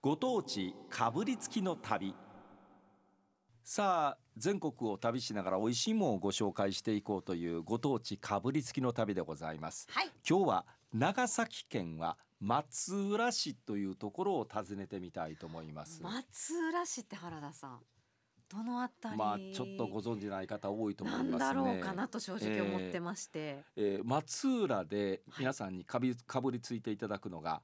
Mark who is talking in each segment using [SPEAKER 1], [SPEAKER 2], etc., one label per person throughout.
[SPEAKER 1] ご当地かぶりつきの旅さあ全国を旅しながら美味しいものをご紹介していこうというご当地かぶりつきの旅でございます
[SPEAKER 2] はい。
[SPEAKER 1] 今日は長崎県は松浦市というところを訪ねてみたいと思います
[SPEAKER 2] 松浦市って原田さん。どのあたり。
[SPEAKER 1] まあちょっとご存知ない方多いと思いま
[SPEAKER 2] な
[SPEAKER 1] すね
[SPEAKER 2] んだろうかなと正直思ってまして。
[SPEAKER 1] えー松浦で皆さんにかびかぶりついていただくのが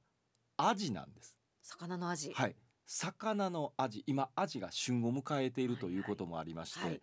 [SPEAKER 1] アジなんです
[SPEAKER 2] 魚の味。
[SPEAKER 1] はい、魚のアジ今アジが旬を迎えている
[SPEAKER 2] はいは
[SPEAKER 1] と
[SPEAKER 2] い
[SPEAKER 1] いうこともありまして、
[SPEAKER 2] はい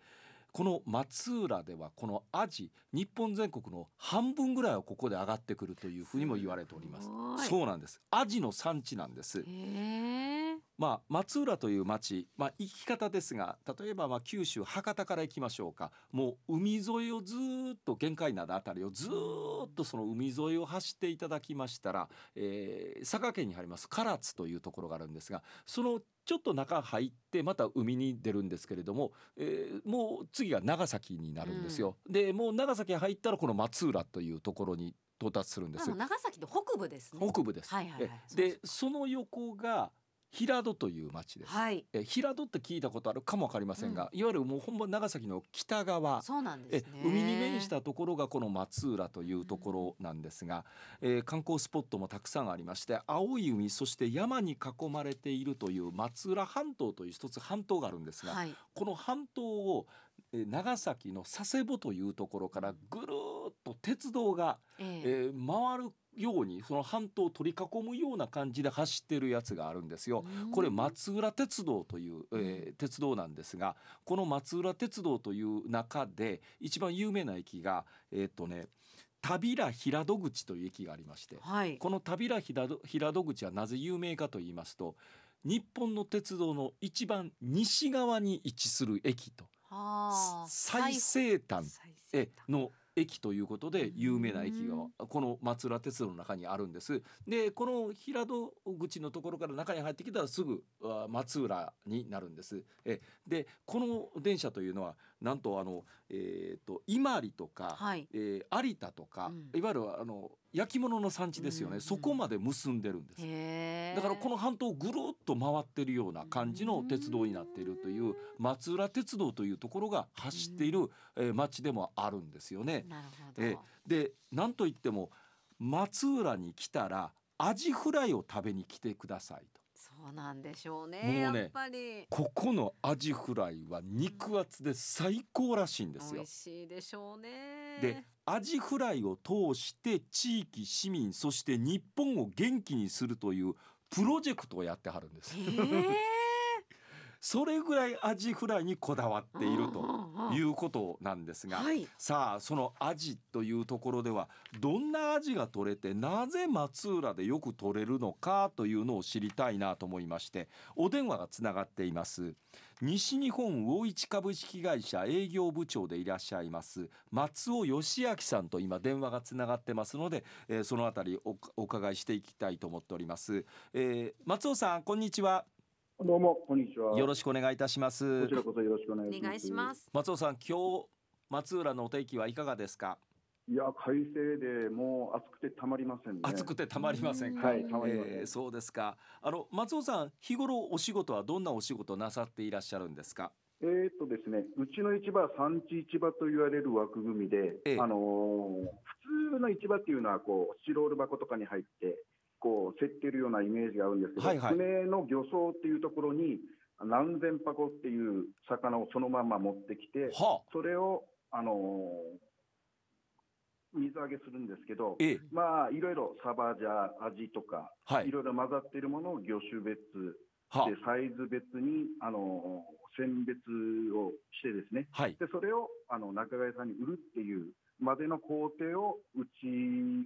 [SPEAKER 1] この松浦ではこのアジ日本全国の半分ぐらいはここで上がってくるというふうにも言われております
[SPEAKER 2] すごい
[SPEAKER 1] そうなんですアジの産地なんです
[SPEAKER 2] へえ。
[SPEAKER 1] まあ松浦という町まあ行き方ですが例えばまあ九州博多から行きましょうかもう海沿いをずーっと玄界灘あたりをずーっとその海沿いを走っていただきましたら、えー佐賀県にあります唐津というところがあるんですがそのちょっと中入ってまた海に出るんですけれども、えーもう次が長崎になるんですよ。でもう長崎入ったらこの松浦というところに到達するんで
[SPEAKER 2] ますあ、。長崎の北部ですね。
[SPEAKER 1] 北部です。
[SPEAKER 2] はいはいは
[SPEAKER 1] え
[SPEAKER 2] いそうそう
[SPEAKER 1] でその横が平戸という町です。
[SPEAKER 2] はい。
[SPEAKER 1] え平戸って聞いたことあるかもわかりませんが、いわゆるもうほんま長崎の北側、
[SPEAKER 2] そうなんで
[SPEAKER 1] え
[SPEAKER 2] すね。
[SPEAKER 1] 海に面したところがこの松浦というところなんですが、えー観光スポットもたくさんありまして青い海そして山に囲まれているという松浦半島という一つ半島があるんですが、
[SPEAKER 2] はい。
[SPEAKER 1] この半島をえー長崎の佐世保というところからぐるーっと鉄道が
[SPEAKER 2] ええ
[SPEAKER 1] えー回るようにその半島を取り囲むような感じで走ってるやつがあるんですよ。これ松浦鉄道という、えー鉄道なんですがこの松浦鉄道という中で一番有名な駅がえーっ、とね田平平戸口という駅がありまして
[SPEAKER 2] はい。
[SPEAKER 1] この田平平戸平戸口はなぜ有名かと言いますと日本の鉄道の一番西側に位置する駅と
[SPEAKER 2] はあ。
[SPEAKER 1] 最西端
[SPEAKER 2] 最西
[SPEAKER 1] え
[SPEAKER 2] 端
[SPEAKER 1] の駅ということで有名な駅
[SPEAKER 2] う
[SPEAKER 1] がこの松浦鉄道の中にあるんです。でこの平戸口のところから中に入ってきたらすぐあ松浦になるんです。えでこの電車というのはなんとあのえっ、と伊万里とか、
[SPEAKER 2] はい。
[SPEAKER 1] えー有田とか、
[SPEAKER 2] うん
[SPEAKER 1] いわゆるあの焼き物の産地ですよね、
[SPEAKER 2] うん
[SPEAKER 1] そこまで結んでるんです。
[SPEAKER 2] へえ。
[SPEAKER 1] だからこの半島をぐるっと回ってるような感じの鉄道になっているという松浦鉄道というところが走っているえー町でもあるんですよね。
[SPEAKER 2] なるほ
[SPEAKER 1] え
[SPEAKER 2] ど。
[SPEAKER 1] でなんといっても松浦に来たらアジフライを食べに来てくださいと。
[SPEAKER 2] そうなんでしょうね。
[SPEAKER 1] もうね
[SPEAKER 2] やっぱり。
[SPEAKER 1] ここのアジフライは肉厚で最高らしいんです
[SPEAKER 2] 美
[SPEAKER 1] よ
[SPEAKER 2] 味。しいでしょうね。
[SPEAKER 1] でアジフライを通して地域市民そして日本を元気にするというプロジェクトをやってはるんです
[SPEAKER 2] へ。え。
[SPEAKER 1] それぐらいアジフライにこだわっている
[SPEAKER 2] う
[SPEAKER 1] と
[SPEAKER 2] んうんうん
[SPEAKER 1] いうことなんですが、
[SPEAKER 2] はい。
[SPEAKER 1] さあそのアジというところではどんなアジが取れてなぜ松浦でよく取れるのかというのを知りたいなと思いましてお電話がつながっています西日本魚市株式会社営業部長でいらっしゃいます松尾義明さんと今電話がつながってますので、えーそのあたりおお伺いしていきたいと思っております、えー松尾さんこんにちは
[SPEAKER 3] どうも、こんにちは。
[SPEAKER 1] よろしくお願いいたします
[SPEAKER 3] こちらこそよろしくお願い
[SPEAKER 2] お
[SPEAKER 3] します。
[SPEAKER 2] 願いします。
[SPEAKER 1] 松尾さん今日松浦のお天気はいかがですか
[SPEAKER 3] いや、快晴で、もう暑くてたまりませんね。
[SPEAKER 1] 暑くてたまりませんか、
[SPEAKER 3] はいたまりません
[SPEAKER 1] えーそうですかあの松尾さん日頃お仕事はどんなお仕事なさっていらっしゃるんですか
[SPEAKER 3] えーっとですね、うちの市場は産地市場と言われる枠組みで、
[SPEAKER 1] ええ
[SPEAKER 3] あのー普通の市場っていうのは、こう、スチロール箱とかに入って、こう、競ってるようなイメージがあるんですけど、
[SPEAKER 1] はいはい
[SPEAKER 3] 船の漁倉っていうところに、何千箱っていう魚をそのまま持ってきて、
[SPEAKER 1] はあ
[SPEAKER 3] それを、あのー水揚げするんですけど、
[SPEAKER 1] ええ
[SPEAKER 3] まあ、いろいろサバじゃ、味とか、
[SPEAKER 1] はい
[SPEAKER 3] いろいろ混ざっているものを魚種別
[SPEAKER 1] は
[SPEAKER 3] で、サイズ別に、あの、選別をしてですね、
[SPEAKER 1] あはい
[SPEAKER 3] で、それを、あの、仲買さんに売るっていうまでの工程を、うち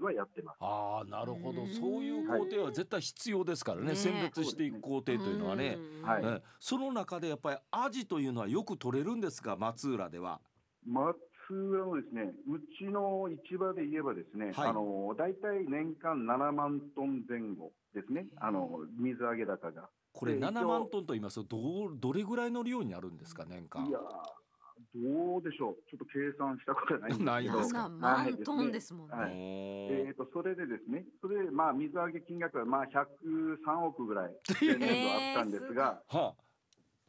[SPEAKER 3] はやってます。
[SPEAKER 1] ああなるほ
[SPEAKER 2] う
[SPEAKER 1] ど
[SPEAKER 2] ん
[SPEAKER 1] そういう工程は絶対必要ですからね、
[SPEAKER 2] ね
[SPEAKER 1] 選別していく工程というのはね、
[SPEAKER 2] ん
[SPEAKER 3] はい
[SPEAKER 1] うんその中でやっぱりアジというのはよく取れるんですが松浦では
[SPEAKER 3] 松浦のですね、うちの市場で言えばですね、
[SPEAKER 1] はい
[SPEAKER 3] あの、大体年間7万トン前後ですね、あの、水揚げ高が。
[SPEAKER 1] これ
[SPEAKER 3] えー
[SPEAKER 1] 7万トンと言いますとどうどれぐらいの量になるんですか年間
[SPEAKER 3] いやーどうでしょう、ちょっと計算したことはないんですけど、
[SPEAKER 1] ないんです
[SPEAKER 2] な
[SPEAKER 1] か
[SPEAKER 2] マントンですもんね。
[SPEAKER 3] はい
[SPEAKER 1] おー
[SPEAKER 3] えー、とそれでですね、それでまあ水揚げ金額はまあ103億ぐらい前年度あったんですが、
[SPEAKER 1] はあ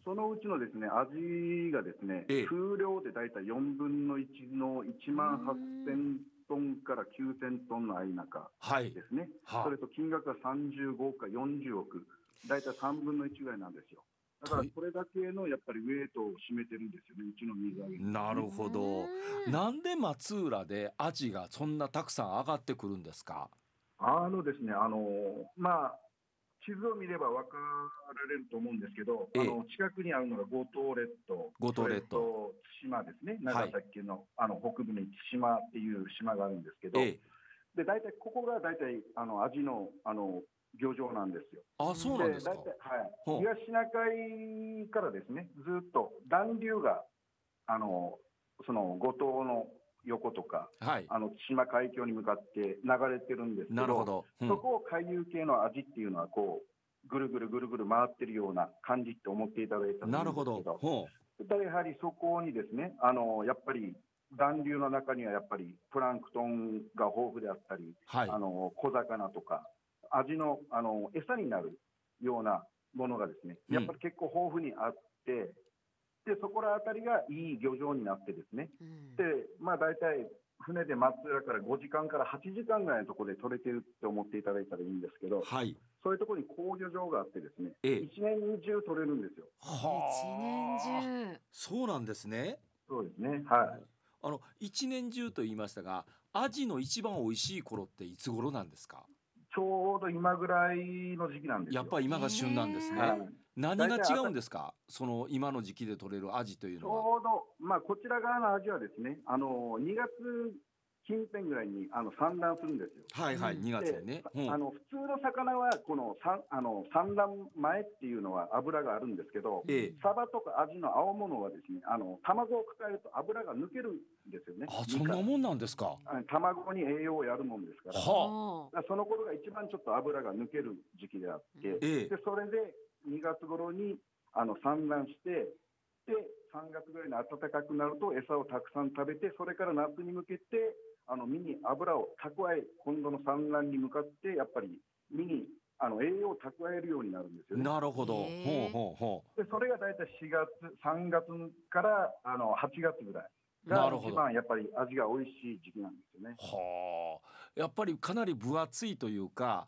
[SPEAKER 3] そのうちのですね味がですね、
[SPEAKER 1] ええ
[SPEAKER 3] 風量で大体4分の1の1万8000トンから9000トンの間か
[SPEAKER 1] はい
[SPEAKER 3] ですね、
[SPEAKER 1] は
[SPEAKER 3] それと金額が35億か40億、大体3分の1ぐらいなんですよ。だからこれだけのやっぱりウェイトを占めてるんですよね、うちの水揚げ。
[SPEAKER 1] あなるほど
[SPEAKER 2] う。ーん。
[SPEAKER 1] なんで松浦でアジがそんなたくさん上がってくるんですか。
[SPEAKER 3] あのですね、あのまあ、地図を見れば分かられると思うんですけど、
[SPEAKER 1] ええ
[SPEAKER 3] あの近くにあるのが五島列島、
[SPEAKER 1] 五島列島
[SPEAKER 3] それと対馬ですね、
[SPEAKER 1] は
[SPEAKER 3] 長
[SPEAKER 1] い
[SPEAKER 3] 崎県の,、あの北部に対馬っていう島があるんですけど、
[SPEAKER 1] ええ、
[SPEAKER 3] で大体ここが大体あのアジのあの漁場なんですよ。
[SPEAKER 1] あそうなんですか
[SPEAKER 3] 大。体はい、
[SPEAKER 1] ほう
[SPEAKER 3] 東シナ海からですね、ずっと暖流があのその五島の横とか、
[SPEAKER 1] はい。
[SPEAKER 3] あの対馬海峡に向かって流れてるんですけ
[SPEAKER 1] なるほど。うん
[SPEAKER 3] そこを海遊系の味っていうのはこうぐるぐるぐるぐる回ってるような感じって思っていただいたと思う
[SPEAKER 1] な
[SPEAKER 3] んですけど
[SPEAKER 1] るほど。ほ
[SPEAKER 3] ただやはりそこにですねあのやっぱり暖流の中にはやっぱりプランクトンが豊富であったり、
[SPEAKER 1] う。はい
[SPEAKER 3] あ。の小魚とか味のあの餌になるようなものがですねやっぱり結構豊富にあって、でそこら辺りがいい漁場になってですね
[SPEAKER 2] うん
[SPEAKER 3] で、まあ、大体船で松浦から5時間から8時間ぐらいのところで取れてるって思っていただいたらいいんですけど、
[SPEAKER 1] はい。
[SPEAKER 3] そういうところに工業場があってですね、
[SPEAKER 1] ええ
[SPEAKER 3] 一年中取れるんですよ。
[SPEAKER 2] 一年
[SPEAKER 1] はあ。
[SPEAKER 2] 中。
[SPEAKER 1] そうなんですね。
[SPEAKER 3] そうですね。はい。
[SPEAKER 1] あの一年中と言いましたが、アジの一番美味しい頃っていつ頃なんですか。
[SPEAKER 3] ちょうど今ぐらいの時期なんですよ。
[SPEAKER 1] やっぱり今が旬なんですね。
[SPEAKER 3] はい、
[SPEAKER 1] 何が違うんですか。その今の時期で取れるアジという
[SPEAKER 3] ち
[SPEAKER 1] のは。
[SPEAKER 3] ょうど、まあ、こちら側の味はですね、あの、2月近辺ぐらいに、あの、産卵するんですよ。
[SPEAKER 1] はいはい。
[SPEAKER 2] うん
[SPEAKER 1] 二月にね。うん
[SPEAKER 3] あの普通の魚はこの産あの産卵前っていうのは油があるんですけど、
[SPEAKER 1] ええ
[SPEAKER 3] サバとかアジの青物はですねあの卵を抱えると油が抜けるんですよね。
[SPEAKER 1] あそんなもんなんですか。
[SPEAKER 3] あの卵に栄養をやるもんですから。
[SPEAKER 1] はあ。
[SPEAKER 2] おー
[SPEAKER 3] だからその頃が一番ちょっと油が抜ける時期であって、で
[SPEAKER 1] ええ。
[SPEAKER 3] それで2月頃にあの産卵して、で3月ぐらいに暖かくなると餌をたくさん食べて、それから夏に向けて、あの身に油を蓄え、今度の産卵に向かって、やっぱり身にあの栄養を蓄えるようになるんですよね。
[SPEAKER 1] なるほど。
[SPEAKER 2] へ
[SPEAKER 1] ほ
[SPEAKER 2] え
[SPEAKER 1] うほうほ
[SPEAKER 3] でそれが大体4月、3月からあの8月ぐらいが
[SPEAKER 1] なるほど
[SPEAKER 3] 一番やっぱり味が美味しい時期なんですよね。
[SPEAKER 1] う。はあ。やっぱりかなり分厚いというか、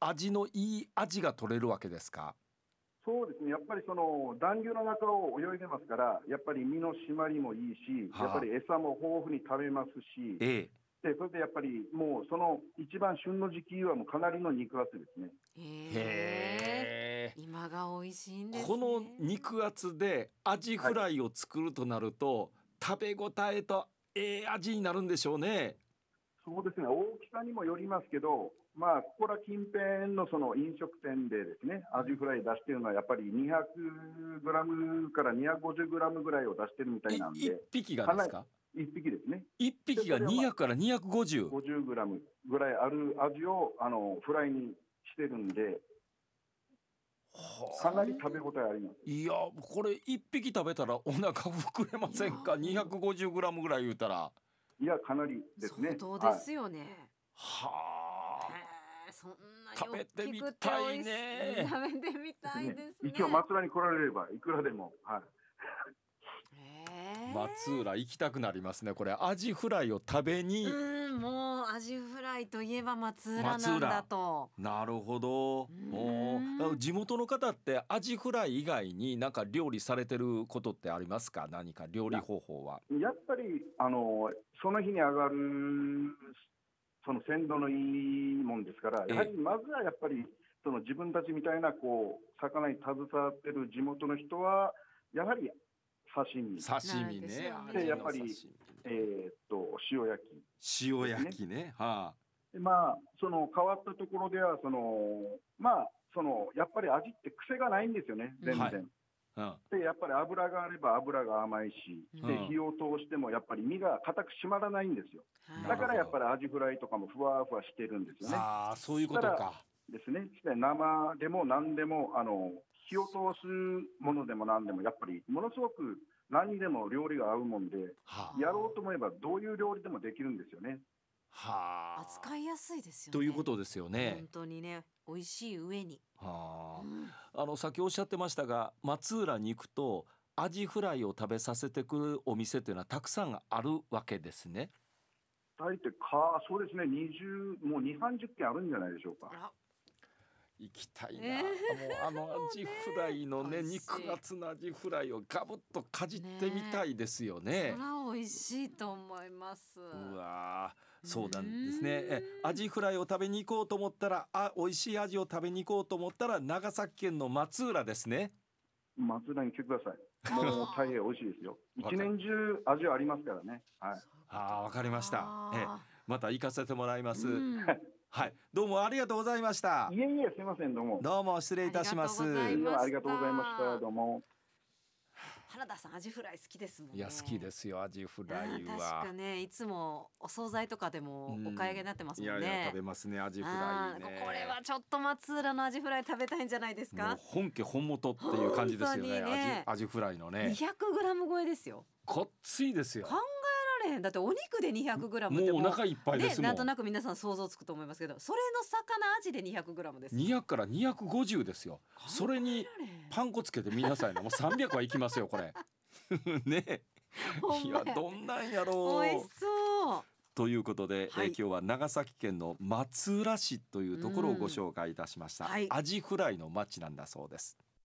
[SPEAKER 1] 味のいい味が取れるわけですか。
[SPEAKER 3] そうですね、やっぱりその暖流の中を泳いでますから、やっぱり身の締まりもいいし、
[SPEAKER 1] はあ
[SPEAKER 3] やっぱり餌も豊富に食べますし、で
[SPEAKER 1] ええ。
[SPEAKER 3] それでやっぱりもうその一番旬の時期はもうかなりの肉厚ですね。
[SPEAKER 2] へえ。
[SPEAKER 1] へえ。
[SPEAKER 2] 今が美味しいんですね。
[SPEAKER 1] この肉厚でアジフライを作るとなると、食べ応えとええ味になるんでしょうね。
[SPEAKER 3] そうですね、大きさにもよりますけど、まあ、ここら近辺のその飲食店でですね、アジフライ出してるのはやっぱり200グラムから250グラムぐらいを出してるみた
[SPEAKER 1] い
[SPEAKER 3] いなん
[SPEAKER 1] 一
[SPEAKER 3] で、
[SPEAKER 1] 匹がですか。
[SPEAKER 3] 1匹ですね。
[SPEAKER 1] 一匹が
[SPEAKER 3] それは
[SPEAKER 1] 200から250。
[SPEAKER 3] 50グラムぐらいある味をあのフライにしてるんで、か
[SPEAKER 1] はあ。
[SPEAKER 3] なり食べ応えあります。
[SPEAKER 1] いやこれ一匹食べたらお腹膨れませんか
[SPEAKER 2] いや
[SPEAKER 1] 250グラムぐらい言うたら
[SPEAKER 3] いや、かなりですね。
[SPEAKER 2] 相当で
[SPEAKER 3] はい
[SPEAKER 2] すよね。
[SPEAKER 1] はあ
[SPEAKER 2] へえそんなに
[SPEAKER 1] 食べて
[SPEAKER 2] 大き
[SPEAKER 1] み
[SPEAKER 2] くて
[SPEAKER 1] た
[SPEAKER 2] 美
[SPEAKER 1] い
[SPEAKER 2] 味し
[SPEAKER 1] ね
[SPEAKER 2] 食べてみたいですね。
[SPEAKER 3] 一応、松浦に来られれば、いくらでも。はい。
[SPEAKER 2] へえ
[SPEAKER 1] 松浦行きたくなりますねこれアジフライを食べに、
[SPEAKER 2] うん、もうアジフライといえば松浦なんだと。
[SPEAKER 1] なるほど
[SPEAKER 2] うん
[SPEAKER 1] おーだから地元の方ってアジフライ以外になんか料理されてることってありますか何か料理方法は
[SPEAKER 3] やっぱり、あの、その日に上がる、その鮮度のいいもんですから、
[SPEAKER 1] ええ
[SPEAKER 3] やはりまずはやっぱり、その自分たちみたいな、こう、魚に携わってる地元の人は、やはり刺身、
[SPEAKER 1] 刺身
[SPEAKER 2] なんです
[SPEAKER 1] ね
[SPEAKER 2] よね
[SPEAKER 1] アジの
[SPEAKER 3] でやっぱり
[SPEAKER 1] 刺
[SPEAKER 3] えーっと、塩焼き。
[SPEAKER 1] 身塩焼きねは
[SPEAKER 3] でまあ、その変わったところではその、まあ、そのやっぱり味って癖がないんですよね、全然。
[SPEAKER 1] はいあ、うん
[SPEAKER 3] で、やっぱり油があれば油が甘いし、
[SPEAKER 1] う
[SPEAKER 3] で
[SPEAKER 1] ん
[SPEAKER 3] 火を通してもやっぱり身が固く締まらないんですよ。
[SPEAKER 1] なる
[SPEAKER 3] だ
[SPEAKER 1] ほど
[SPEAKER 3] からやっぱりアジフライとかもふわふわしてるんですよね。
[SPEAKER 1] ああそういうこと
[SPEAKER 3] た
[SPEAKER 1] か
[SPEAKER 3] ですね。で生でも何でも、あの、火を通すものでも何でも、やっぱりものすごく何にでも料理が合うもんで、
[SPEAKER 1] は
[SPEAKER 2] あ
[SPEAKER 1] あ
[SPEAKER 3] やろうと思えばどういう料理でもできるんですよね。
[SPEAKER 1] はあ
[SPEAKER 2] 扱いやすいですよね。
[SPEAKER 1] ということですよね
[SPEAKER 2] 本。当にね、美味しい上に。
[SPEAKER 1] は
[SPEAKER 2] う
[SPEAKER 1] あ
[SPEAKER 2] ん
[SPEAKER 1] あの先おっしゃってましたが松浦に行くとアジフライを食べさせてくるお店というのはたくさんあるわけですね。
[SPEAKER 3] タイってか、そうですね、20、もう2、30件あるんじゃないでしょうか。
[SPEAKER 2] あ
[SPEAKER 1] 行きたいな、
[SPEAKER 2] え
[SPEAKER 1] あのあのアジフライのね
[SPEAKER 2] 美味しい
[SPEAKER 1] 肉厚なアジフライをガブッとかじってみたいですよ
[SPEAKER 2] ら、
[SPEAKER 1] ね
[SPEAKER 2] そ。ら美味しいと思います。
[SPEAKER 1] うわーそうなんですね
[SPEAKER 2] うーん
[SPEAKER 1] えアジフライを食べに行こうと思ったらあ美味しいアジを食べに行こうと思ったら長崎県の松浦ですね。
[SPEAKER 3] 松浦に来てください。
[SPEAKER 2] あー
[SPEAKER 3] もう大変美味しいですよ。
[SPEAKER 1] わ
[SPEAKER 3] 一
[SPEAKER 1] かる
[SPEAKER 3] 年中味はありますからね。はい。
[SPEAKER 1] あーわかりましたええまた行かせてもらいます。
[SPEAKER 2] うん
[SPEAKER 1] はいどうもありがとうございました。
[SPEAKER 3] いえいえ、すいません、どうも。
[SPEAKER 1] どうも失礼いたします。
[SPEAKER 2] ありがとうござい
[SPEAKER 3] で
[SPEAKER 2] ま
[SPEAKER 3] はありがとうございまし
[SPEAKER 2] あり
[SPEAKER 3] た。
[SPEAKER 2] がと
[SPEAKER 3] どうも。
[SPEAKER 2] 原田さん、アジフライ好きですもんね。。
[SPEAKER 1] いや好きですすよアジフライ
[SPEAKER 2] 確
[SPEAKER 1] は
[SPEAKER 2] か。ね、いつもお惣菜とかでもお買い上げになってます
[SPEAKER 1] い
[SPEAKER 2] も
[SPEAKER 1] や
[SPEAKER 2] ん
[SPEAKER 1] いや
[SPEAKER 2] ね
[SPEAKER 1] 食。べますねアジフ
[SPEAKER 2] あ
[SPEAKER 1] ライ
[SPEAKER 2] ー
[SPEAKER 1] ね。
[SPEAKER 2] これはちょっと松浦のアジフライ食べたいんじゃないです
[SPEAKER 1] もう
[SPEAKER 2] か。
[SPEAKER 1] 本家本元っていう感じですよね
[SPEAKER 2] 本当にね
[SPEAKER 1] アジアジフライのね
[SPEAKER 2] 200グラム超えですよ。
[SPEAKER 1] こっついですよ
[SPEAKER 2] 考えられへん。だってお肉で200グラム
[SPEAKER 1] も
[SPEAKER 2] って
[SPEAKER 1] うお腹いっぱいで
[SPEAKER 2] ね
[SPEAKER 1] すも
[SPEAKER 2] なんと
[SPEAKER 1] ん
[SPEAKER 2] なく皆さん想像つくと思いますけどそれの魚アジで200グラムです
[SPEAKER 1] 200から250ですよそれにパン粉つけてみなさいねもう300はいきますよこれ ね
[SPEAKER 2] ほん
[SPEAKER 1] い
[SPEAKER 2] ま
[SPEAKER 1] や
[SPEAKER 2] や
[SPEAKER 1] どんなんやろ
[SPEAKER 2] 美味し
[SPEAKER 1] う
[SPEAKER 2] そ
[SPEAKER 1] ということで、
[SPEAKER 2] は
[SPEAKER 1] えー
[SPEAKER 2] い
[SPEAKER 1] 今日は長崎県の松浦市というところをご紹介いたしました、
[SPEAKER 2] うんはい
[SPEAKER 1] アジフライの町なんだそうです